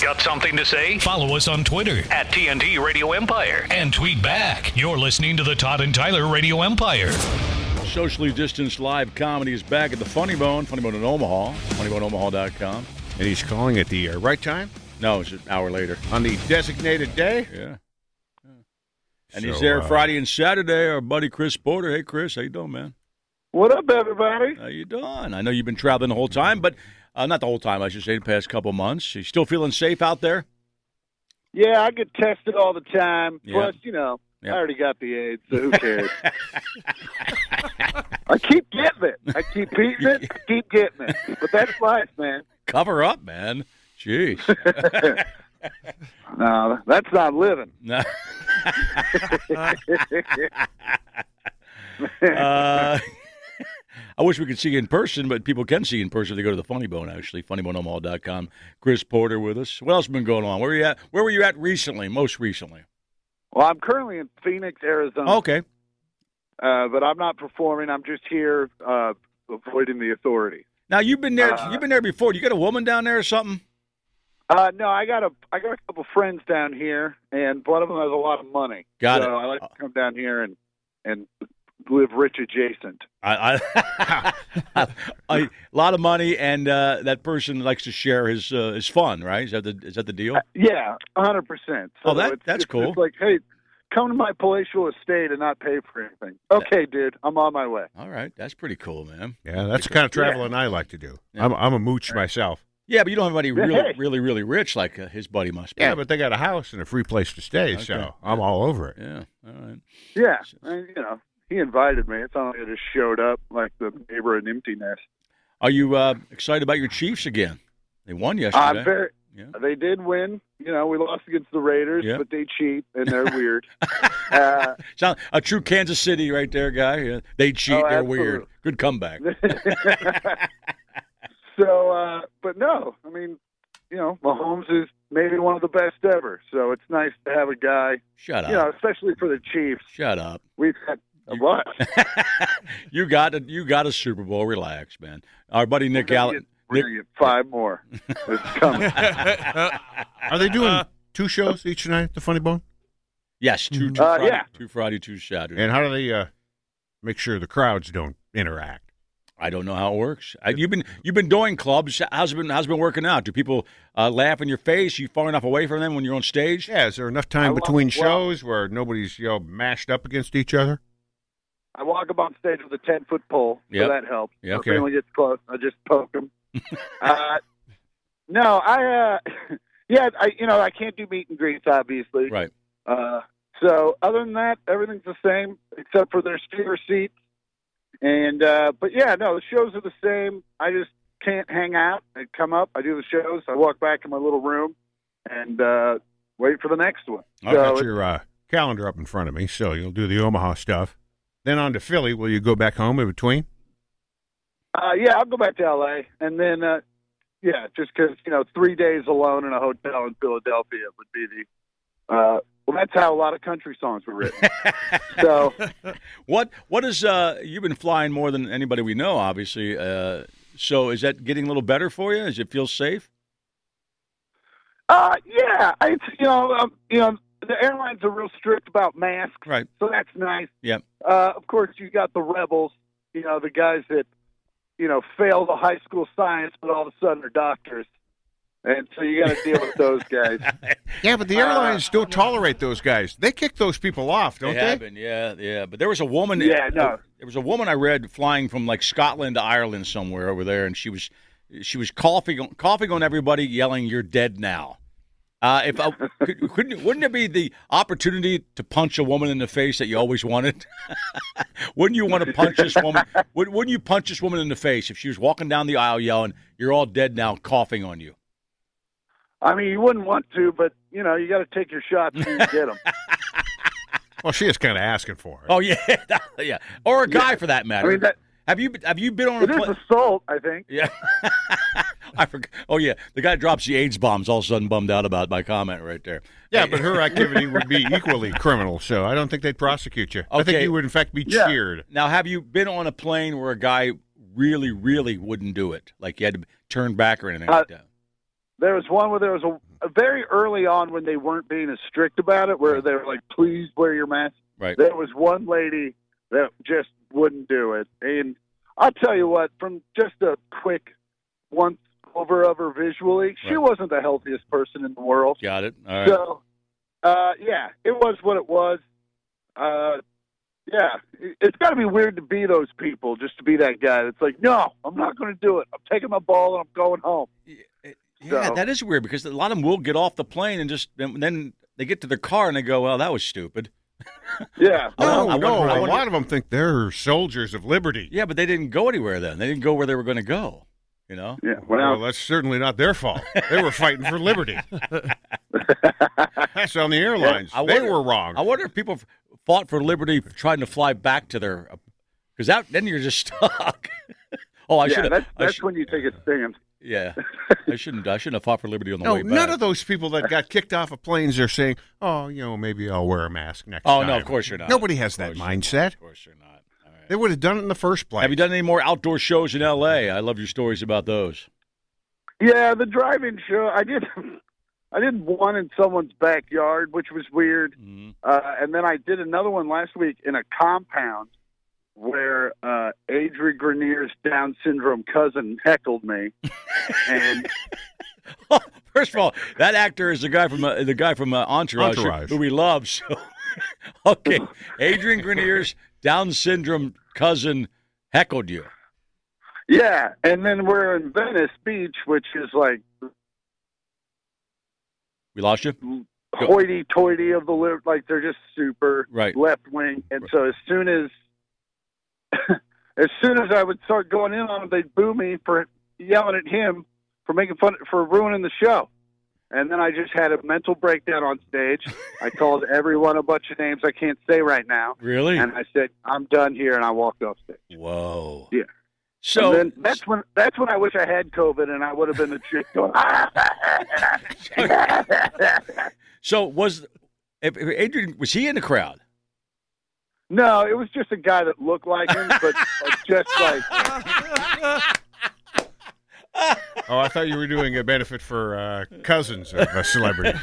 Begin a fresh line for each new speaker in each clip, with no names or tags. Got something to say?
Follow us on Twitter
At TNT Radio Empire.
and tweet back. You're listening to the Todd and Tyler Radio Empire.
Socially distanced live comedy is back at the Funny Bone, Funny Bone in Omaha, funnyboneomaha.com.
And he's calling at the uh, right time
No, it's an hour later.
on the designated day.
Yeah. And he's
So,
there
uh,
Friday and Saturday. Our buddy Chris Porter. Hey, Chris, how you doing, man?
What up, everybody?
How you doing? I know you've been traveling the whole time, but uh, not the whole time. I should say the past couple months. You still feeling safe out there?
Yeah, I get tested all the time.
Yeah.
Plus, you know,
Yeah.
I already got the AIDS, so who cares? I keep getting it. I keep beating it. I keep getting it. But that's life, man.
Cover up, man. Jeez.
No, that's not living.
No. uh, I wish we could see you in person, but people can see you in person if they go to the Funny Bone, actually, funnyboneomaha.com. Chris Porter with us. What else has been going on? Where were you at? Where were you at recently, most recently?
Well, I'm currently in Phoenix, Arizona,
Okay.
uh, but I'm not performing. I'm just here uh, avoiding the authority.
Now you've been there
Uh,
you've been there before. You got a woman down there or something?
Uh, no, I got a I got a couple friends down here, and one of them has a lot of money.
Got
so
it.
I like to come down here and and live rich adjacent.
I, I, a lot of money, and uh, that person likes to share his uh, his fun, right? Is that the is that the deal?
Yeah, a hundred percent.
Oh, that-
it's-
that's
it's
cool.
just like, hey, come to my palatial estate and not pay for anything. Okay, dude, I'm on my way.
All right, that's pretty cool, man.
Yeah, that's the kind of traveling I like to do.
Yeah.
I'm, I'm a mooch myself.
Yeah, but you don't have anybody
Yeah,
really,
hey.
really, really rich like uh, his buddy must be.
Yeah, but they got a house and a free place to stay,
Okay.
so I'm all over it.
yeah, all right.
Yeah, and, you know, he invited me. It's not like I just showed up like the neighbor in empty nest.
Are you uh, excited about your Chiefs again? They won
I'm
yesterday.
very.
Yeah.
They did win. You know, we lost against the Raiders,
Yeah.
but they cheat and they're weird. uh,
Sound a true Kansas City right there, guy. Yeah. They cheat.
Oh,
They're
absolutely.
weird. Good comeback.
so, uh, but no, I mean, you know, Mahomes is maybe one of the best ever. So it's nice to have a guy,
Shut up.
you know, especially for the Chiefs.
Shut up.
We've had a lot.
you got a, you got a Super Bowl. Relax, man. Our buddy Nick Allen.
We're gonna get five more. It's coming.
Are they doing two shows each night at the Funny Bone?
Yes, two, two
Uh,
Friday,
yeah.
two Friday, two Saturday.
And how do they uh, make sure the crowds don't interact?
I don't know how it works. I, you've been you've been doing clubs. How's it been? How's it been working out? Do people uh, laugh in your face? You far enough away from them when you're on stage?
Yeah, is there enough
I
time
love-
between
well-
shows where nobody's you know mashed up against each other?
I walk up on stage with a ten foot pole,
Yep.
so that helps.
Yeah,
If
okay.
anyone gets close, I just poke them. uh, no, I. Uh, yeah, I. You know, I can't do meet and greets, obviously.
Right.
Uh, so other than that, everything's the same except for their speaker seats. And uh, but yeah, no, the shows are the same. I just can't hang out. I come up, I do the shows, I walk back in my little room, and uh, wait for the next one.
I've
so
got
it's-
your uh, calendar up in front of me, so you'll do the Omaha stuff. Then on to Philly. Will you go back home in between?
uh, yeah, I'll go back to LA, and then uh, yeah, just 'cause you know, three days alone in a hotel in Philadelphia would be the. Uh, well, that's how a lot of country songs were written. so
What what is uh you've been flying more than anybody we know, obviously. Uh so is that getting a little better for you? Does it feel safe?
Uh, yeah, it's you know, um, you know, the airlines are real strict about masks,
Right.
so that's nice.
Yep.
Uh, of course, you got the rebels, you know, the guys that you know fail the high school science, but all of a sudden are doctors, and so you got to deal with those guys.
Yeah, but the airlines don't tolerate those guys. They kick those people off, don't they?
have been, yeah, yeah. But there was a woman
Yeah, no.
there was a woman I read flying from like Scotland to Ireland somewhere over there and she was she was coughing coughing on everybody, yelling, You're dead now. Uh, if I, could, couldn't, wouldn't it be the opportunity to punch a woman in the face that you always wanted? wouldn't you want to punch this woman? Would, wouldn't you punch this woman in the face if she was walking down the aisle yelling, "You're all dead now," coughing on you?
I mean, you wouldn't want to, but you know, you got to take your shots when you get them.
Well, she is kind of asking for it.
Oh yeah, yeah. Or a guy for that
I
matter.
mean, that
have you have you been on a
it is
plane?
assault, I think.
Yeah. I forgot. Oh yeah, the guy drops the AIDS bombs. All of a sudden, bummed out about my comment right there.
Yeah, but her activity would be equally criminal, so I don't think they'd prosecute you. I think
Okay.
you would, in fact, be
Yeah.
cheered.
Now, have you been on a plane where a guy really, really wouldn't do it? Like you had to turn back or anything
Uh,
like that?
There was one where there was a, a very early on when they weren't being as strict about it, where they were like, "Please wear your mask."
Right.
There was one lady that just wouldn't do it, and I'll tell you what. From just a quick once over of her visually, she
Right.
wasn't the healthiest person in the world.
Got it. All right.
So, uh, yeah, it was what it was. Uh, yeah, it- it's got to be weird to be those people, just to be that guy that's like, no, I'm not going to do it. I'm taking my ball and I'm going home.
yeah,
so-
that is weird because a lot of them will get off the plane and just and then they get to their car and they go, "Well, that was stupid."
Yeah.
I wonder- Oh, I
No, no.
wonder- I
a
wonder-
lot of them think they're soldiers of liberty.
Yeah, but they didn't go anywhere then. They didn't go where they were going to go. You know.
Yeah.
Well,
Well,
that's certainly not their fault. They were fighting for liberty. that's on the airlines.
I
they
wonder-
were wrong.
I wonder if people f- fought for liberty for trying to fly back to their, because that then you're just stuck. oh, I
yeah,
should
that's,
have.
that's when you take a stand.
Yeah, I shouldn't. I shouldn't have fought for liberty on the
no,
way back.
none of those people that got kicked off of planes are saying, "Oh, you know, maybe I'll wear a mask next
Oh
time."
no, of course you're not.
Nobody has that
course.
mindset.
Of course you're not. All right.
They would have done it in the first place.
Have you done any more outdoor shows in L.A.? I love your stories about those.
Yeah, the driving show. I did. I did one in someone's backyard, which was weird.
Mhm.
Uh, and then I did another one last week in a compound where uh, Adri Grenier's Down syndrome cousin heckled me, and
First of all, that actor is the guy from uh, the guy from uh, Entourage, who-
Entourage.
Who, we love. So, okay, Adrian Grenier's Down syndrome cousin heckled you.
Yeah, and then we're in Venice Beach, which is like
We lost you.
hoity-toity of the lib- like they're just super
Right.
left wing, and so as soon as as soon as I would start going in on them, they'd boo me for yelling at him for making fun for ruining the show. And then I just had a mental breakdown on stage. I called everyone a bunch of names I can't say right now,
Really?
and I said I'm done here, and I walked off stage.
Whoa.
Yeah.
So
and then that's when that's when I wish I had COVID, and I would have been the chick going. "Ah!"
So was if, if Adrian was he in the crowd?
No, it was just a guy that looked like him, but like, just like
Oh, I thought you were doing a benefit for uh, cousins of uh, celebrities.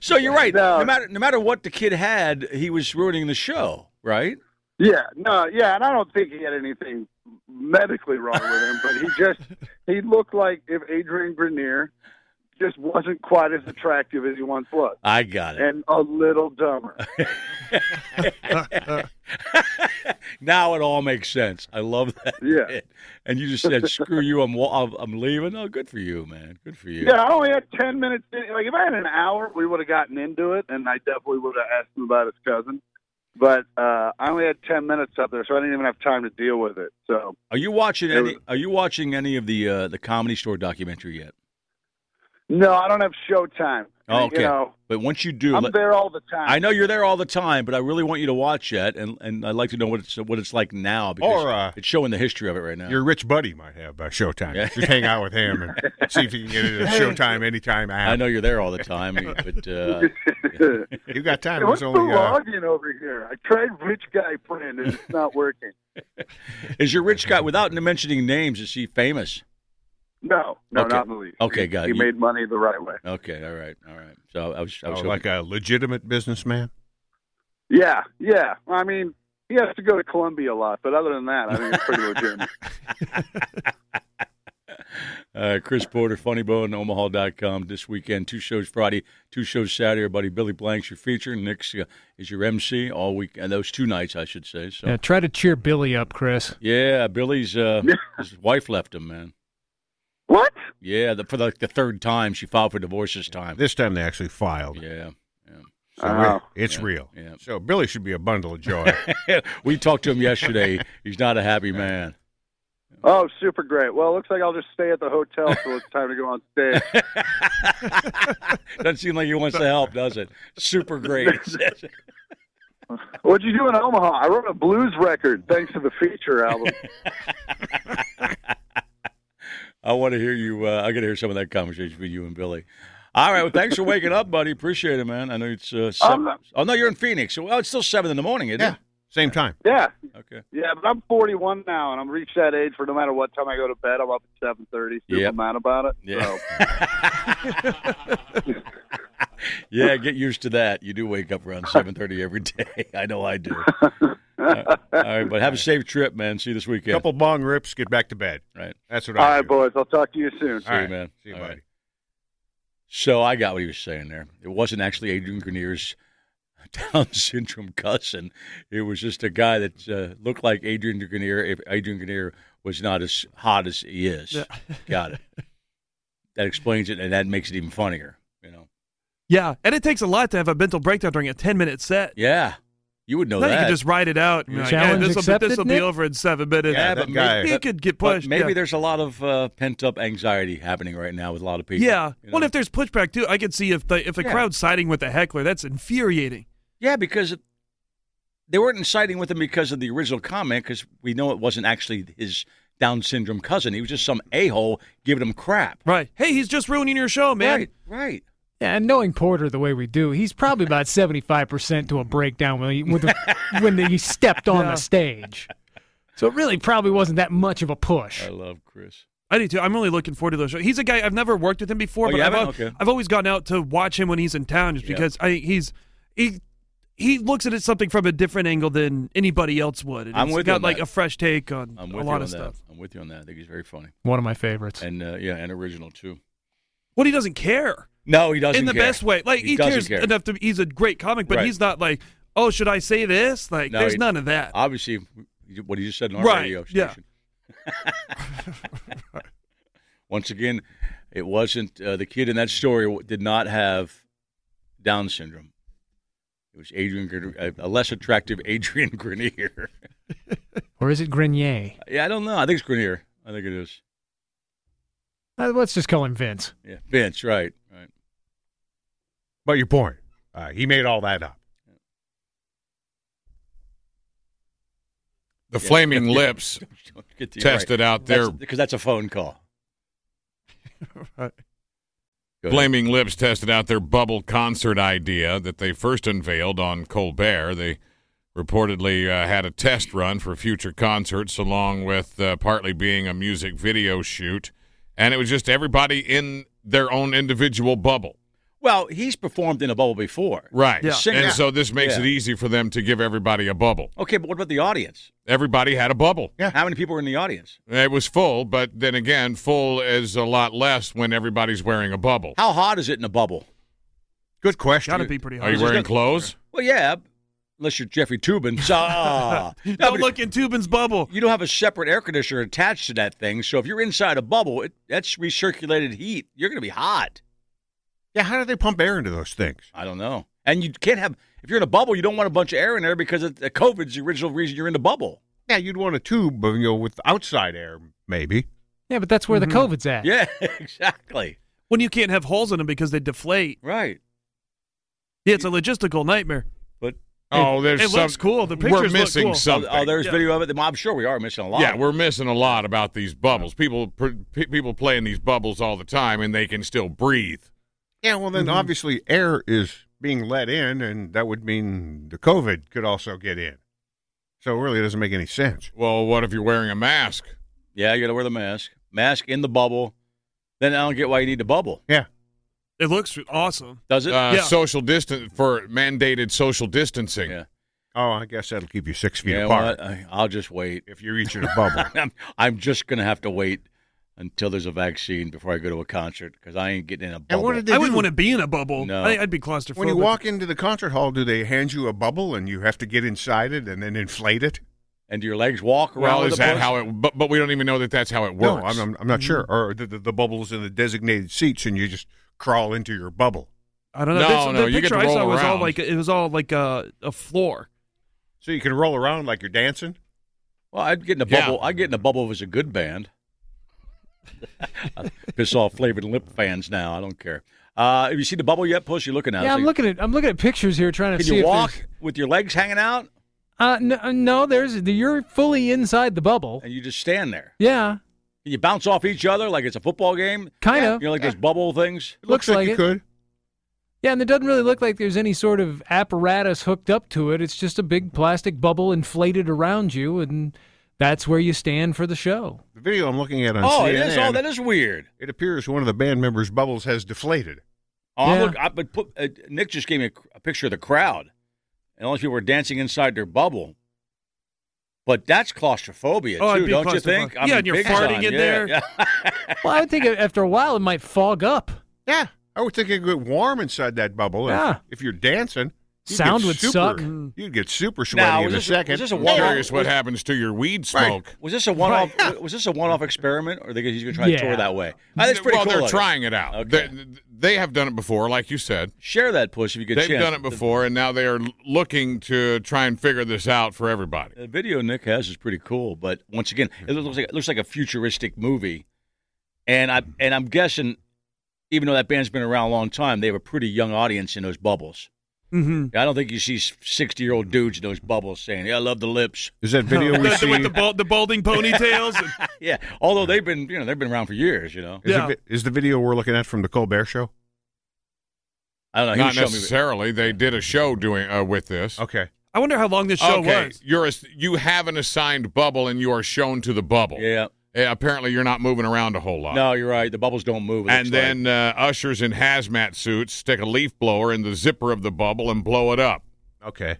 So you're right. No.
No.
matter no matter what the kid had, he was ruining the show, right?
yeah, no, yeah, and I don't think he had anything medically wrong with him, but he just he looked like if Adrian Grenier just wasn't quite as attractive as he once was,
I got it.
and a little dumber.
now it all makes sense. I love that.
Yeah.
bit. And you just said, "Screw you, I'm wa- I'm I'm leaving." Oh, good for you, man. Good for you.
Yeah, I only had ten minutes. in- Like if I had an hour, we would have gotten into it, and I definitely would have asked him about his cousin. But uh, I only had ten minutes up there, so I didn't even have time to deal with it. So
Are you watching
It
any?
was-
Are you watching any of the uh, the comedy store documentary yet?
no, I don't have Showtime.
Oh,
And,
okay.
You know,
But once you do,
I'm
let-
there all the time.
I know you're there all the time, but I really want you to watch that, and and I'd like to know what it's what it's like now because
Or, uh,
it's showing the history of it right now.
Your rich buddy might have uh, Showtime.
Yeah.
Just hang out with him and see if you can get into Showtime anytime
I
after.
know you're there all the time, but uh,
You got time.
What's
There's
the
only uh,
login over here? I tried rich guy friend and it's not working.
is your rich guy without mentioning names? Is he famous?
No, no,
Okay.
not the least.
Okay, got
He
it.
made money the right way.
Okay, all right, all right. So I was, I
oh,
was
like
hoping-
a legitimate businessman.
Yeah, yeah. I mean, he has to go to Columbia a lot, but other than that, I think it's pretty legitimate.
uh, Chris Porter, FunnyBone, Omaha.com. This weekend, two shows Friday, two shows Saturday. Our buddy Billy Blank's your feature. Nick's uh, is your MC all week, and those two nights, I should say. So
Yeah, try to cheer Billy up, Chris.
yeah, Billy's uh, his wife left him, man.
What?
Yeah, the, for like the third time, she filed for divorce this time.
Uh, This time they actually filed.
Yeah.
So
Oh.
we- it's real.
yeah.
So Billy should be a bundle of joy.
we talked to him yesterday. He's not a happy man.
Oh, super great. Well, it looks like I'll just stay at the hotel till it's time to go on stage.
Doesn't seem like he wants to help, does it? Super great.
What'd you do in Omaha? I wrote a blues record thanks to the feature album.
I want to hear you. Uh, I got to hear some of that conversation with you and Billy. All right. Well, thanks for waking up, buddy. Appreciate it, man. I know it's uh, seven.
not-
oh no, you're in Phoenix. Well, it's still seven in the morning, isn't
yeah.
it?
Same time.
Yeah,
Okay.
yeah, but I'm 41 now, and I'm reached that age for no matter what time I go to bed, I'm up at 7:30. Super
Yep.
mad about it.
Yeah.
So,
Yeah, get used to that. You do wake up around seven thirty every day. I know I do. All right, but have a safe trip, man. See you this weekend.
Couple bong rips, get back to bed.
Right.
That's what
all
I
right,
do.
boys, I'll talk to you soon.
See
All
you,
right.
man.
See you,
All
buddy.
right. So I got what he was saying there. It wasn't actually Adrian Grenier's Down syndrome cousin. It was just a guy that uh, looked like Adrian Grenier if Adrian Grenier was not as hot as he is. got it. That explains it, and that makes it even funnier. You know.
Yeah, and it takes a lot to have a mental breakdown during a ten-minute set.
Yeah, you would know
then
that.
you can just ride it out. and be like, yeah,
Challenge
this will be,
accepted,
this'll be
Nick?
over in seven minutes.
Yeah,
Yeah,
that
but
guy.
maybe-
he could get
But
pushed.
maybe
yeah.
there's a lot of uh, pent up anxiety happening right now with a lot of people.
Yeah.
you
Well,
know?
if there's pushback too, I could see if the if a
Yeah.
crowd's siding with the heckler, that's infuriating.
Yeah, because it- they weren't inciting with him because of the original comment, because we know it wasn't actually his Down syndrome cousin. He was just some a hole giving him crap.
Right. Hey, he's just ruining your show, Oh, man.
Right, right.
Yeah, and knowing Porter the way we do, he's probably about seventy-five percent to a breakdown when he, with the, when he stepped on
Yeah.
the stage. So it really probably wasn't that much of a push.
I love Chris.
I do too. I'm really looking forward to those shows. He's a guy I've never worked with him before,
Oh,
but
you
I've, al-
haven't? Okay.
I've always gone out to watch him when he's in town, just
Yeah.
because I he's he he looks at it something from a different angle than anybody else would. And
I'm
he's
with you
got
on
like
that.
a fresh take on
I'm
a
with you
lot
on
of
that.
stuff.
I'm with you on that. I think he's very funny
One of my favorites.
and uh, yeah, and original too.
Well, he doesn't care
No, he doesn't.
in the
care.
best way. Like
He
he,
doesn't
cares
care.
enough to. He's a great comic, but
Right.
he's not like, oh, should I say this? Like,
No,
there's
he-
none of that.
Obviously, what he just said on our
Right,
radio
yeah.
station. Once again, it wasn't uh, the kid in that story w- did not have Down syndrome. It was Adrian, Gre- a- a less attractive Adrian Grenier.
Or is it Grenier?
yeah, I don't know. I think it's Grenier. I think it is.
Uh, let's just call him Vince.
Yeah, Vince. Right. Right.
But your point, uh, he made all that up.
The Flaming Lips
Get to you,
tested out their
because that's a phone call. Go ahead.
Flaming Lips tested out their bubble concert idea that they first unveiled on Colbert. They reportedly uh, had a test run for future concerts, along with uh, partly being a music video shoot, and it was just everybody in their own individual bubble.
Well, he's performed in a bubble before.
Right.
Yeah.
Sing-
And
yeah.
so this makes
Yeah.
it easy for them to give everybody a bubble.
Okay, but what about the audience?
Everybody had a bubble.
Yeah.
How many people were in the audience?
It was full, but then again, full is a lot less when everybody's wearing a bubble.
How hot is it in a bubble?
Good question.
Gotta be pretty
Are
hard.
you wearing clothes?
Well, yeah, unless you're Jeffrey Tubin. So, ah. No,
Don't
but
look in Tubin's bubble.
You don't have a separate air conditioner attached to that thing, so if you're inside a bubble, it, that's recirculated heat. You're going to be hot.
Yeah, how do they pump air into those things?
I don't know. And you can't have if you're in a bubble, you don't want a bunch of air in there because it, COVID's the original reason you're in the bubble.
Yeah, you'd want a tube, you know, with outside air, maybe.
Yeah, but that's where
Mhm.
Hmm.
the COVID's at.
Yeah, exactly.
When you can't have holes in them because they deflate.
Right.
Yeah, it's a logistical nightmare.
But uh,
Oh, there's
it
some.
looks cool. The
we're
pictures look
missing
cool.
something.
oh, there's
Yeah.
video of it. I'm sure we are missing a lot.
yeah, we're missing a lot about these bubbles. People pr- pe- people play in these bubbles all the time, and they can still breathe.
Yeah, well, then obviously air is being let in, and that would mean the COVID could also get in. So it really doesn't make any sense.
Well, what if you're wearing a mask?
yeah. You got to wear the mask. Mask in the bubble. Then I don't get why you need the bubble.
Yeah.
It looks awesome.
Does
Uh,
it?
Yeah.
Social distance for mandated social distancing.
Yeah.
Oh, I guess that'll keep you six feet
You know
apart
what? I- I'll just wait.
if you're each in a bubble.
I'm, I'm just going to have to wait until there's a vaccine before I go to a concert because I ain't getting in a bubble.
what did They
I wouldn't
do.
want to be in a bubble.
No.
I, I'd be claustrophobic.
when you walk into the concert hall, do they hand you a bubble and you have to get inside it and then inflate it?
and do your legs walk around?
Well,
with a
is that
buzz?
how it? But, but we don't even know that that's how it
No, Mm-hmm.
works.
I'm, I'm, I'm not sure. Or the, the, the bubbles in the designated seats and you just crawl into your bubble.
I don't know.
No,
That's-
no,
the
you get
picture
to
I saw
roll
was all
around.
like it was all like uh, a, a floor.
So you can roll around like you're dancing?
Well, I'd get in a
Yeah.
bubble. I'd get in a bubble if it was a good band. Piss off flavored lip fans now. I don't care. Uh, have you seen the bubble yet, Puss? You're looking at. it.
Yeah,
It's
I'm
like,
looking at I'm looking at pictures here trying to
Can
see
you
if
walk
there's-
with your legs hanging out
Uh, no, no, there's you're fully inside the bubble.
and you just stand there?
Yeah,
Can you bounce off each other like it's a football game?
kind of.
You know, like those bubble things.
Looks like
you
it.
could.
Yeah, and it doesn't really look like there's any sort of apparatus hooked up to it. It's just a big plastic bubble inflated around you, and that's where you stand for the show.
The video I'm looking at on
Oh,
CNN,
it is. Oh, that is weird.
it appears one of the band members' bubbles has deflated.
Oh, I'm
Yeah.
look, I, but put, uh, Nick just gave me a, a picture of the crowd, and all these people were dancing inside their bubble. But that's claustrophobia
Oh, I'd
too,
be
don't you
claustrophobic.
think?
Yeah, and you're
big
farting in
yeah,
there.
yeah.
Well, I would think after a while it might fog up.
Yeah, I would think it would get warm inside that bubble. if-
Yeah.
If, you're dancing, you'd
Sound
get
would
super-
suck.
You'd get super sweaty
Now,
in
was
a
this-
second.
was this a
Yeah.
warm-
Curious what happens to your weed
Right.
smoke.
Was this a one-off? Was this a one-off experiment, or they, he's going to try to
Yeah.
tour that way? I think it's pretty
well,
cool.
they're
of him.
trying it out.
Okay.
They, they have done it before, like you said.
Share that push if you get a
They've
chance.
done it before, and now they are l- looking to try and figure this out for everybody.
The video Nick has is pretty cool, but once again, it looks like it looks like a futuristic movie, and I and I'm guessing, even though that band's been around a long time, they have a pretty young audience in those bubbles.
Mm-hmm.
I don't think you see sixty year old dudes in those bubbles saying, "Yeah, I love the lips."
Is that video we
With,
see?
the, bald, the balding ponytails. and-
yeah, although they've been you know they've been around for years. You know,
Is, the,
Yeah.
vi- is the video we're looking at from the Colbert Show?
I don't know. Uh, he
Not
was showing me-
necessarily. They did a show doing uh, with this.
Okay.
I wonder how long this show
okay,
was.
you're a, you have an assigned bubble, and you are shown to the bubble.
Yeah,
Eh, apparently, you're not moving around a whole lot.
no, you're right. The bubbles don't move. it
And
looks like.
then uh, ushers in hazmat suits stick a leaf blower in the zipper of the bubble and blow it up.
Okay.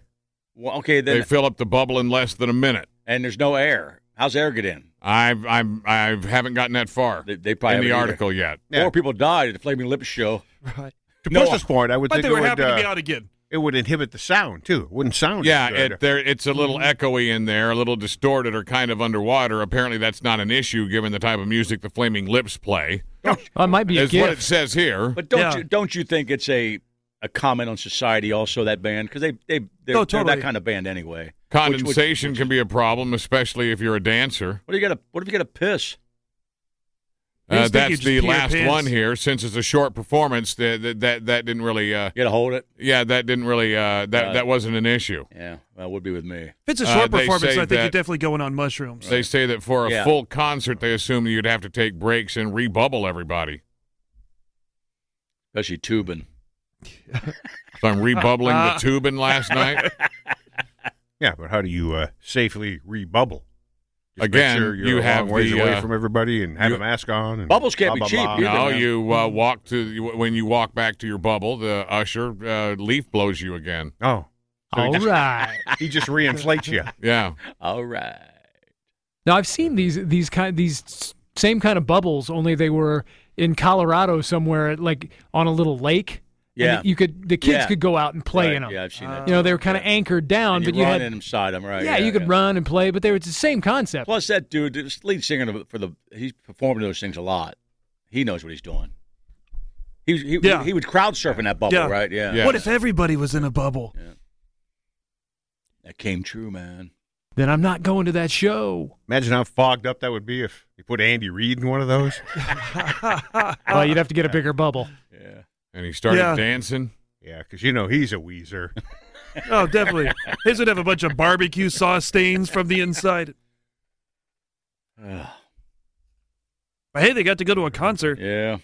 well, okay, then
they fill up the bubble in less than a minute.
and there's no air. How's air get in?
I've I'm I haven't gotten that far
They, they probably
in the
haven't either.
article yet.
Yeah.
More people died at the Flaming Lips show.
Right.
To
No.
Chris's point, I would
But
think
they
it
were
would
happy to be
uh,
out again.
it would inhibit the sound too. It wouldn't sound.
Yeah,
as good.
it, there it's a little echoey in there, a little distorted or kind of underwater. Apparently, that's not an issue given the type of music the Flaming Lips play.
Well, it might be a
Is what it
gift.
says here.
But don't
Yeah.
you don't you think it's a a comment on society also that band because they they they're,
Oh,
they're
totally.
that kind of band anyway. Which- which-
Condensation can be a problem, especially if you're a dancer.
what do you got? What if you got a piss?
They
Uh,
just think you
that's
just
the
pee your
last
pants.
one here. Since it's a short performance, that that that, that didn't really, uh,
You got to hold it.
yeah, that didn't really, uh, that
Uh,
that wasn't an issue.
Yeah, that would be with me.
If it's a
Uh,
short
they
performance, I
say
think
that-
you're definitely going on mushrooms.
They say that for a
Yeah.
full concert, they assume you'd have to take breaks and rebubble everybody.
Especially tubing.
So I'm rebubbling the tubing last night.
yeah, but how do you uh, safely rebubble? Just
Again,
make sure you're
you
a
have
long ways
the,
away
uh,
from everybody and have
you-
a mask on. And
Bubbles can't
blah,
be
blah,
cheap
blah.
either.
No,
man.
you uh, walk to you- when you walk back to your bubble, the usher uh, leaf blows you again.
Oh,
All right.
he just reinflates you.
Yeah,
All right.
Now I've seen these these kind these s- same kind of bubbles, only they were in Colorado somewhere, like on a little lake. And
Yeah.
you could the kids
Yeah.
could go out and play
Right,
in them.
Yeah, I've seen that.
You know, they were kind of
Yeah.
anchored down,
Oh, And
but
you,
you
run
had
in inside. I'm right.
yeah, you could run and play, but they were it's the same concept.
Plus, that dude, the lead singer of- for the, he's performed those things a lot. He knows what he's doing. He he,
Yeah.
he, would crowd surf in that bubble,
Yeah.
right? Yeah.
Yeah.
What if everybody was in a bubble?
That came true, man.
then I'm not going to that show.
Imagine how fogged up that would be if you put Andy Reid in one of those.
well, you'd have to get a bigger bubble.
Yeah.
and he started
Yeah.
dancing.
yeah, because you know he's a Weezer.
Oh, definitely. His would have a bunch of barbecue sauce stains from the inside.
Ugh.
But hey, they got to go to a concert.
yeah.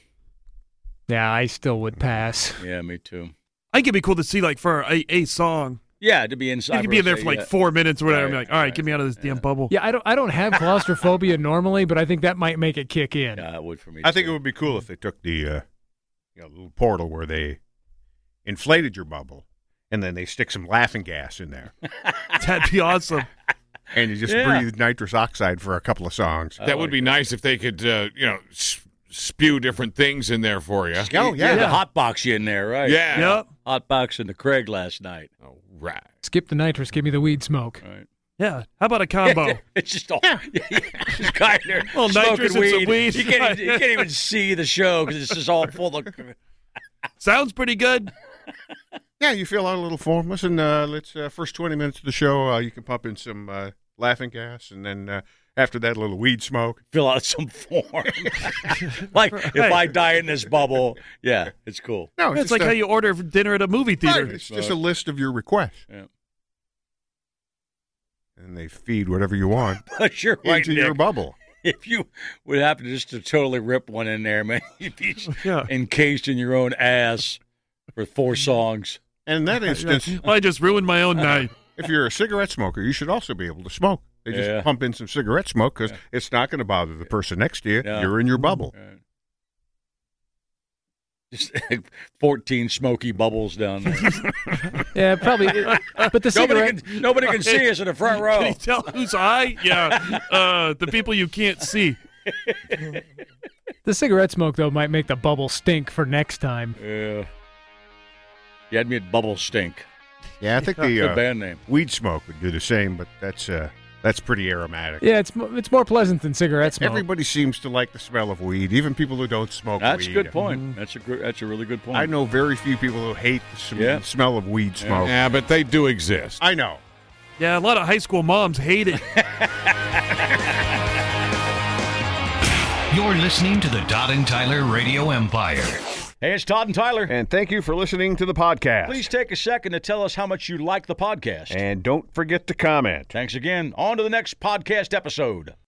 Yeah, I still would pass.
Yeah, me too.
I think it'd be cool to see like for a, a song.
Yeah, to be inside.
You could
for
be
a
in there
say,
for like
yeah.
four minutes or whatever. I'm
Right,
like, all right,
right.
get me out of this damn bubble.
Yeah, I don't I don't have claustrophobia normally, but I think that might make it kick in.
Yeah, it would for me.
I think
too.
it would be cool if they took the uh, you know, little portal where they inflated your bubble and then they stick some laughing gas in there
That'd be awesome.
and you just
Yeah.
breathe nitrous oxide for a couple of songs.
I
that would
like
be nice if they could, uh, you know, s- spew different things in there for you.
Yeah,
oh, yeah.
the hot box you in there, right?
Yeah.
Yep.
Hot box in the Craig last night.
All right.
Skip the nitrous, give me the weed smoke.
Right.
Yeah. How about a combo?
It's just all yeah. just guy in there
Well,
smoking
nitrous and some
weed.
weed.
You can't, even, you can't even see the show because it's just all full of.
Sounds pretty good.
Yeah, you fill out a little form. Listen, uh, let's uh, first twenty minutes of the show, uh, you can pump in some uh, laughing gas, and then uh, after that, a little weed smoke.
Fill out some form. like if I die in this bubble, yeah, it's cool.
No,
Oh,
uh,
It's like how you order for dinner at a movie theater.
It's just a list of your requests,
Yeah.
and they feed whatever you want
But you're right,
into
Nick.
your bubble.
if you would happen to just to totally rip one in there, man, you'd be
Yeah.
encased in your own ass for four songs.
And in that instance,
Well, I just ruined my own night.
if you're a cigarette smoker, you should also be able to smoke. They just
Yeah.
pump in some cigarette smoke because it's not going to bother the person next to you.
Yeah.
You're in your bubble.
Just 14 smoky bubbles down there.
Yeah, probably. but the cigarette.
nobody, can, nobody can see us in the front row.
Can you tell who's I? Yeah, uh, the people you can't see.
The cigarette smoke though might make the bubble stink for next time.
Yeah. You had me at Bubble Stink.
Yeah, I think the
Good
uh,
band name.
weed smoke would do the same, but that's uh, that's pretty aromatic.
Yeah, it's mo- it's more pleasant than cigarette smoke.
Everybody seems to like the smell of weed, even people who don't smoke.
That's a
weed.
good point. That's a gr- that's a really good point.
I know very few people who hate the sm-
Yeah.
smell of weed smoke.
Yeah, but they do exist.
I know.
Yeah, a lot of high school moms hate it.
You're listening to the Todd and Tyler Radio Empire.
Hey, it's Todd and Tyler.
And thank you for listening to the podcast.
Please take a second to tell us how much you like the podcast.
And don't forget to comment.
Thanks again. On to the next podcast episode.